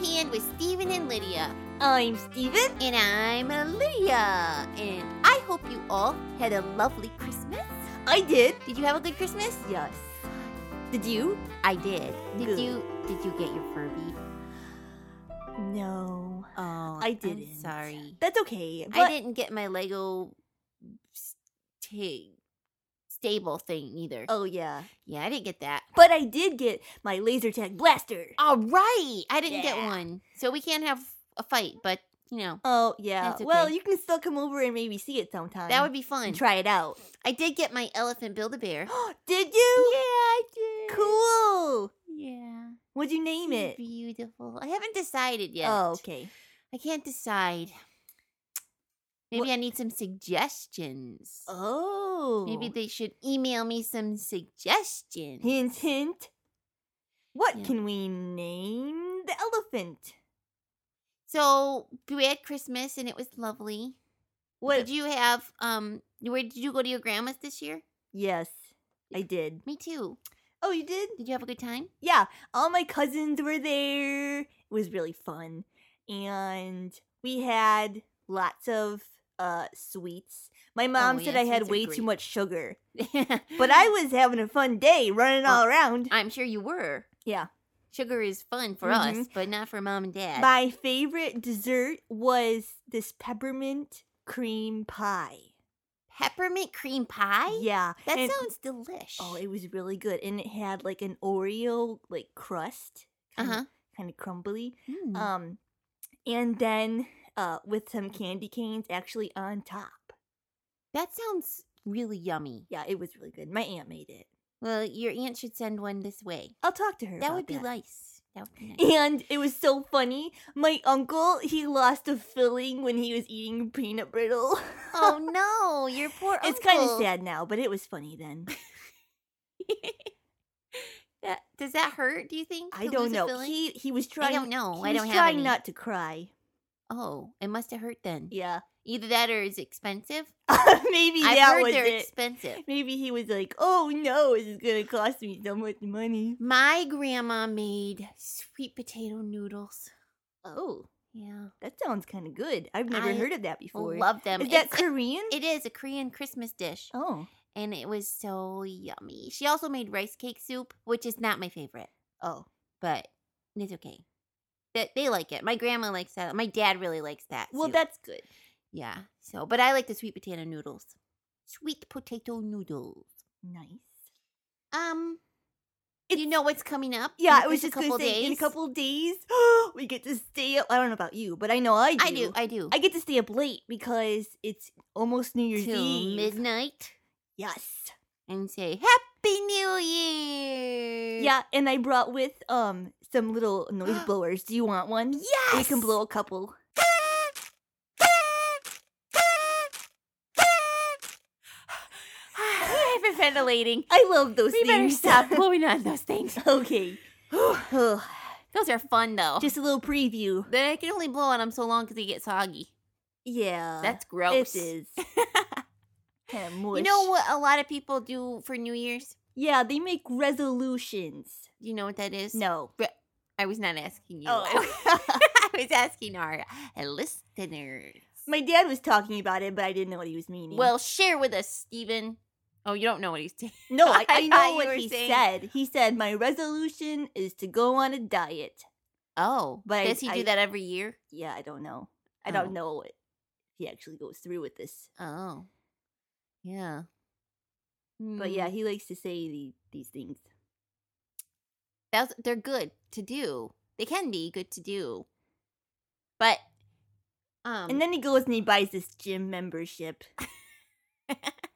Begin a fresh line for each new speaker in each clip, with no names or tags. Land with Steven and Lydia.
I'm Steven.
And I'm Lydia. And I hope you all had a lovely Christmas.
I did.
Did you have a good Christmas?
Yes. Did you?
I did. Did
Good.
you did you get your Furby?
No.
Oh,
I
I'm
didn't.
sorry.
That's okay. But
I didn't get my Lego sta- stable thing either.
Oh yeah.
Yeah, I didn't get that.
But I did get my laser tag blaster.
All right. I didn't get
Yeah.
one. So we can't have a fight, but you know,
Oh yeah.
That's
Well,
okay.
you can still come over and maybe see it sometime.
that would be fun.
and try it out.
I did get my elephant build a bear.
did
Yeah,
you?
I did.
Cool.
Yeah.
What'd you name
He's
it?
Beautiful. I haven't decided yet.
Oh, okay.
I can't decide. Maybe I need some suggestions.
Oh.
Maybe they should email me some suggestions.
hint hint. What
Yeah.
can we name the elephant?
So we had Christmas and it was lovely.
What?
Did you have um? Where did you go to your grandma's this year?
yes, I did.
Me too.
Oh, you did?
Did you have a good time?
yeah, all my cousins were there. It was really fun. And we had lots of uh sweets. My mom
Oh, yeah,
said I
sweets
had
are
way
great.
too much sugar. But
but
I was having a fun day running
Oh,
all around.
I'm sure you were.
Yeah.
Sugar is fun for us,
Mhm.
but not for mom and dad.
My favorite dessert was this peppermint cream pie.
Peppermint cream pie?
yeah.
That
and-
sounds delish.
Oh, it was really good. And it had like an Oreo like crust.
uh huh.
Kind of crumbly.
Mm.
Um, and then uh, with some candy canes actually on top.
that sounds really yummy.
Yeah, it was really good. My aunt made it.
Well, your aunt should send one this way.
I'll talk to her.
That
about
would be nice. That would be nice.
And it was so funny. My uncle he lost a filling when he was eating peanut brittle.
oh no, your poor
it's kind of
uncle.
sad now, but it was funny then.
That, does that hurt? Do you think?
I
to
don't
lose a
know.
filling?
He he was
I
trying.
don't know.
He
I
was
don't have
trying
any.
not to cry.
oh, it must have hurt then.
Yeah,
Either that or it's expensive.
maybe
I've
that
heard
was
they're
it.
expensive.
maybe he was like, "Oh no, this is gonna cost me so much money."
My grandma made sweet potato noodles.
Oh,
Yeah,
That sounds kind of good. I've never
I
heard of that before.
love them.
Is that
Um, It's-
Korean?
It is a Korean Christmas dish,
oh,
and it was so yummy. She also made rice cake soup, which is not my favorite,
oh,
but it's okay. They, they like it. My grandma likes that. My dad really likes that.
well,
soup.
that's good.
yeah. So, but I like the sweet potato noodles. Sweet potato noodles.
Nice.
Um, do you know what's coming up? in
Yeah, I
just
was
a
just gonna
couple
say in a
days?
couple days we get to stay up. I don't know about you, but I know I do.
I do. I do.
I get to stay up late because it's almost New Year's
Till
Eve.
midnight
yes.
and say Happy New Year.
Yeah, and I brought with um some little noise blowers. Do you want one?
Yes.
We can blow a couple.
I've been ventilating.
I love those
We better
things.
stop Oh. blowing on those things.
okay. Ugh.
Those are fun though.
Just a little preview.
Then I can only blow on them so long because they get soggy.
Yeah.
That's gross.
This Uh, is kind of mush.
You know what a lot of people do for New Year's?
Yeah, they make resolutions.
Do you know what that is?
No.
I was not asking you.
Oh.
I was asking our listeners.
My dad was talking about it, but I didn't know what he was meaning.
Well, share with us, Stephen. Oh, you don't know what he's saying.
no, I,
I
I
thought
know
you were
what he
saying-
said. He said, My resolution is to go on a diet.
Oh,
But I-
does he
I-
do that every year?
Yeah, I don't know. I
Oh.
don't know if he actually goes through with this.
Oh, yeah.
But yeah,
Hmm.
he likes to say the, these things.
that's they're good to do. They can be good to do, but um,
And then he goes and he buys this gym membership.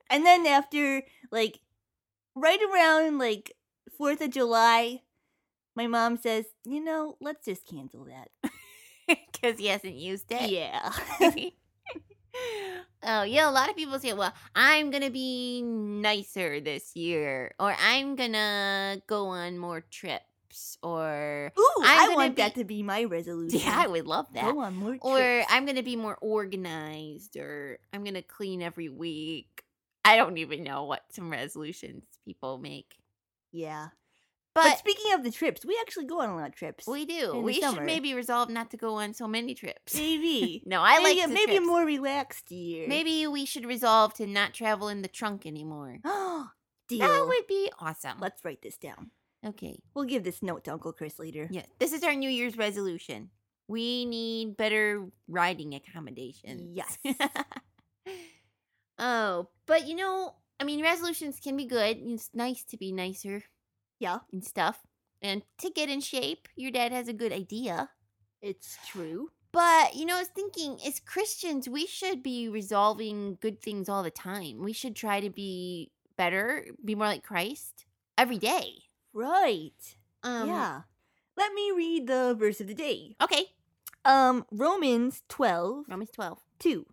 and then after like right around like 4th of July, my mom says, "You know, let's just cancel that."
because he hasn't used it.
Yeah.
oh yeah, a lot of people say, "Well, I'm gonna be nicer this year," or "I'm gonna go on more trips," or
Ooh,
I'm
i
gonna
want that
be-
to be my resolution.
yeah, I would love that.
Go on more trips.
Or I'm gonna be more organized, or I'm gonna clean every week. I don't even know what some resolutions people make.
yeah.
But,
But, speaking of the trips, we actually go on a lot of trips.
we do.
in the
We should
summer.
maybe resolve not to go on so many trips.
maybe.
no, I
maybe
like
a-
the
maybe a
trips.
more relaxed year.
Maybe we should resolve to not travel in the trunk anymore.
Oh, deal.
That would be awesome.
Let's write this down.
okay.
We'll give this note to Uncle Chris later.
Yeah. This is our New Year's resolution. We need better riding accommodations.
Yes.
oh, but you know, I mean, resolutions can be good. It's nice to be nicer
yeah,
and stuff. And to get in shape, your dad has a good idea.
it's true.
But, you know, I was thinking, as Christians, we should be resolving good things all the time. We should try to be better, be more like Christ every day.
Right.
Um,
yeah. Let me read the verse of the day.
Okay.
Um, Romans 12,
Romans 12.
2.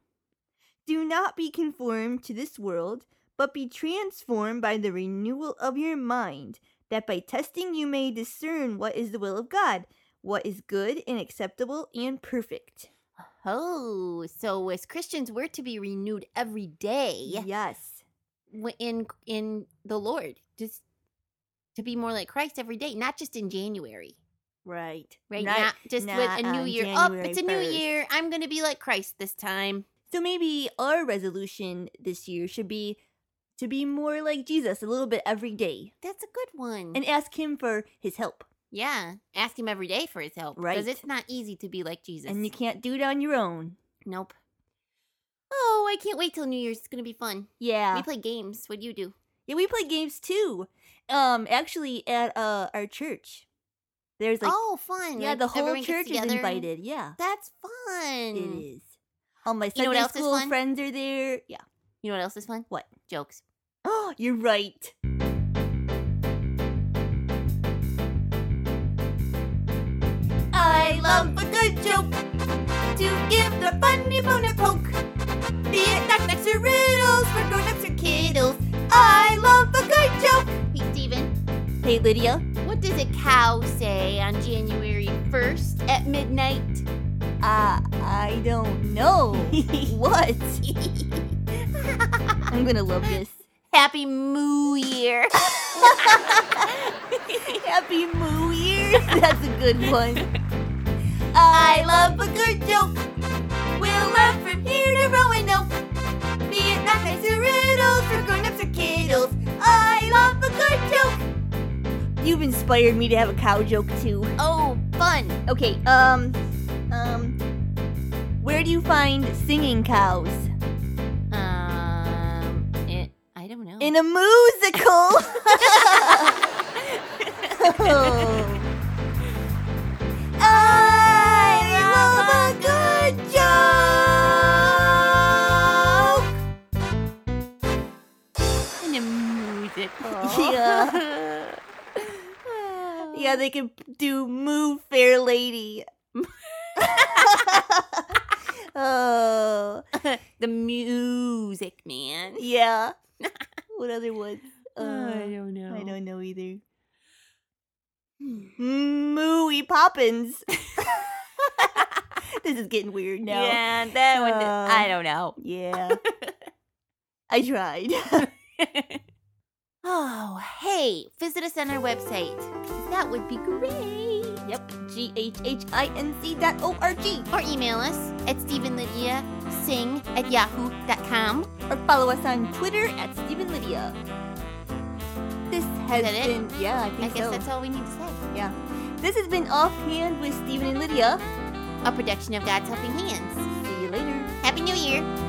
Do not be conformed to this world, but be transformed by the renewal of your mind, that by testing you may discern what is the will of God, what is good and acceptable and perfect.
Oh, so as Christians, we're to be renewed every day
Yes.
w- in in the Lord, just to be more like Christ every day, not just in January,
Right.
right?
Not-
not just with a
not
new
on
year. oh,
January
it's a new
1st.
year. I'm gonna be like Christ this time.
So maybe our resolution this year should be to be more like Jesus a little bit every day
That's a good one.
and ask him for his help.
yeah, ask Him every day for His help,
Right.
Because it's not easy to be like Jesus.
And you can't do it on your own.
nope. Oh, I can't wait till New Year's. It's gonna be fun.
Yeah.
We play games. What do you do?
Yeah, we play games too. Um, actually, at uh our church, there's like
oh, fun!
yeah,
Like,
the whole
everyone gets
church is
together and-
invited. Yeah,
That's fun.
it is. All my
You know what
Sunday
else is
school
fun?
friends are there. Yeah.
You know what else is fun?
What?
Jokes.
Oh, you're right. I love a good joke to give the funny bone a poke. Be it knock-knocks or riddles for grown-ups or kiddles. I love a good joke.
Hey, Steven,
Hey, Lydia.
what does a cow say on January 1st at midnight?
Uh, I don't know. what? I'm gonna love this.
Happy Moo Year.
Happy Moo Year. That's a good one. I love a good joke. We'll laugh from here to Roanoke. Be it knock-knocks or riddles for grown-ups or kiddles. I love a good joke. You've inspired me to have a cow joke too.
oh, fun.
Okay, um, um, where do you find singing cows?
Um, it, I don't know.
In a musical. Oh. I love a good joke.
In a musical.
Yeah. Yeah, they could do "Move, Fair Lady." oh,
the music, man.
yeah. What other one? Uh,
don't know.
I don't know either.
know.
Mooey Poppins. this is getting weird now.
Yeah, that one.
Uh,
I don't know.
Yeah. I tried.
Oh, hey, visit us on our website. 'cause That would be great.
yep. G H H I N C dot O R G.
Or email us at StephenLydiaSing at yahoo.com.
Or follow us on Twitter at Stephen Lydia. This has
that it?
been yeah, I think
I guess
so.
that's all we need to say.
yeah. This has been offhand with Stephen and Lydia.
A production of God's Helping Hands.
See you later.
Happy New Year!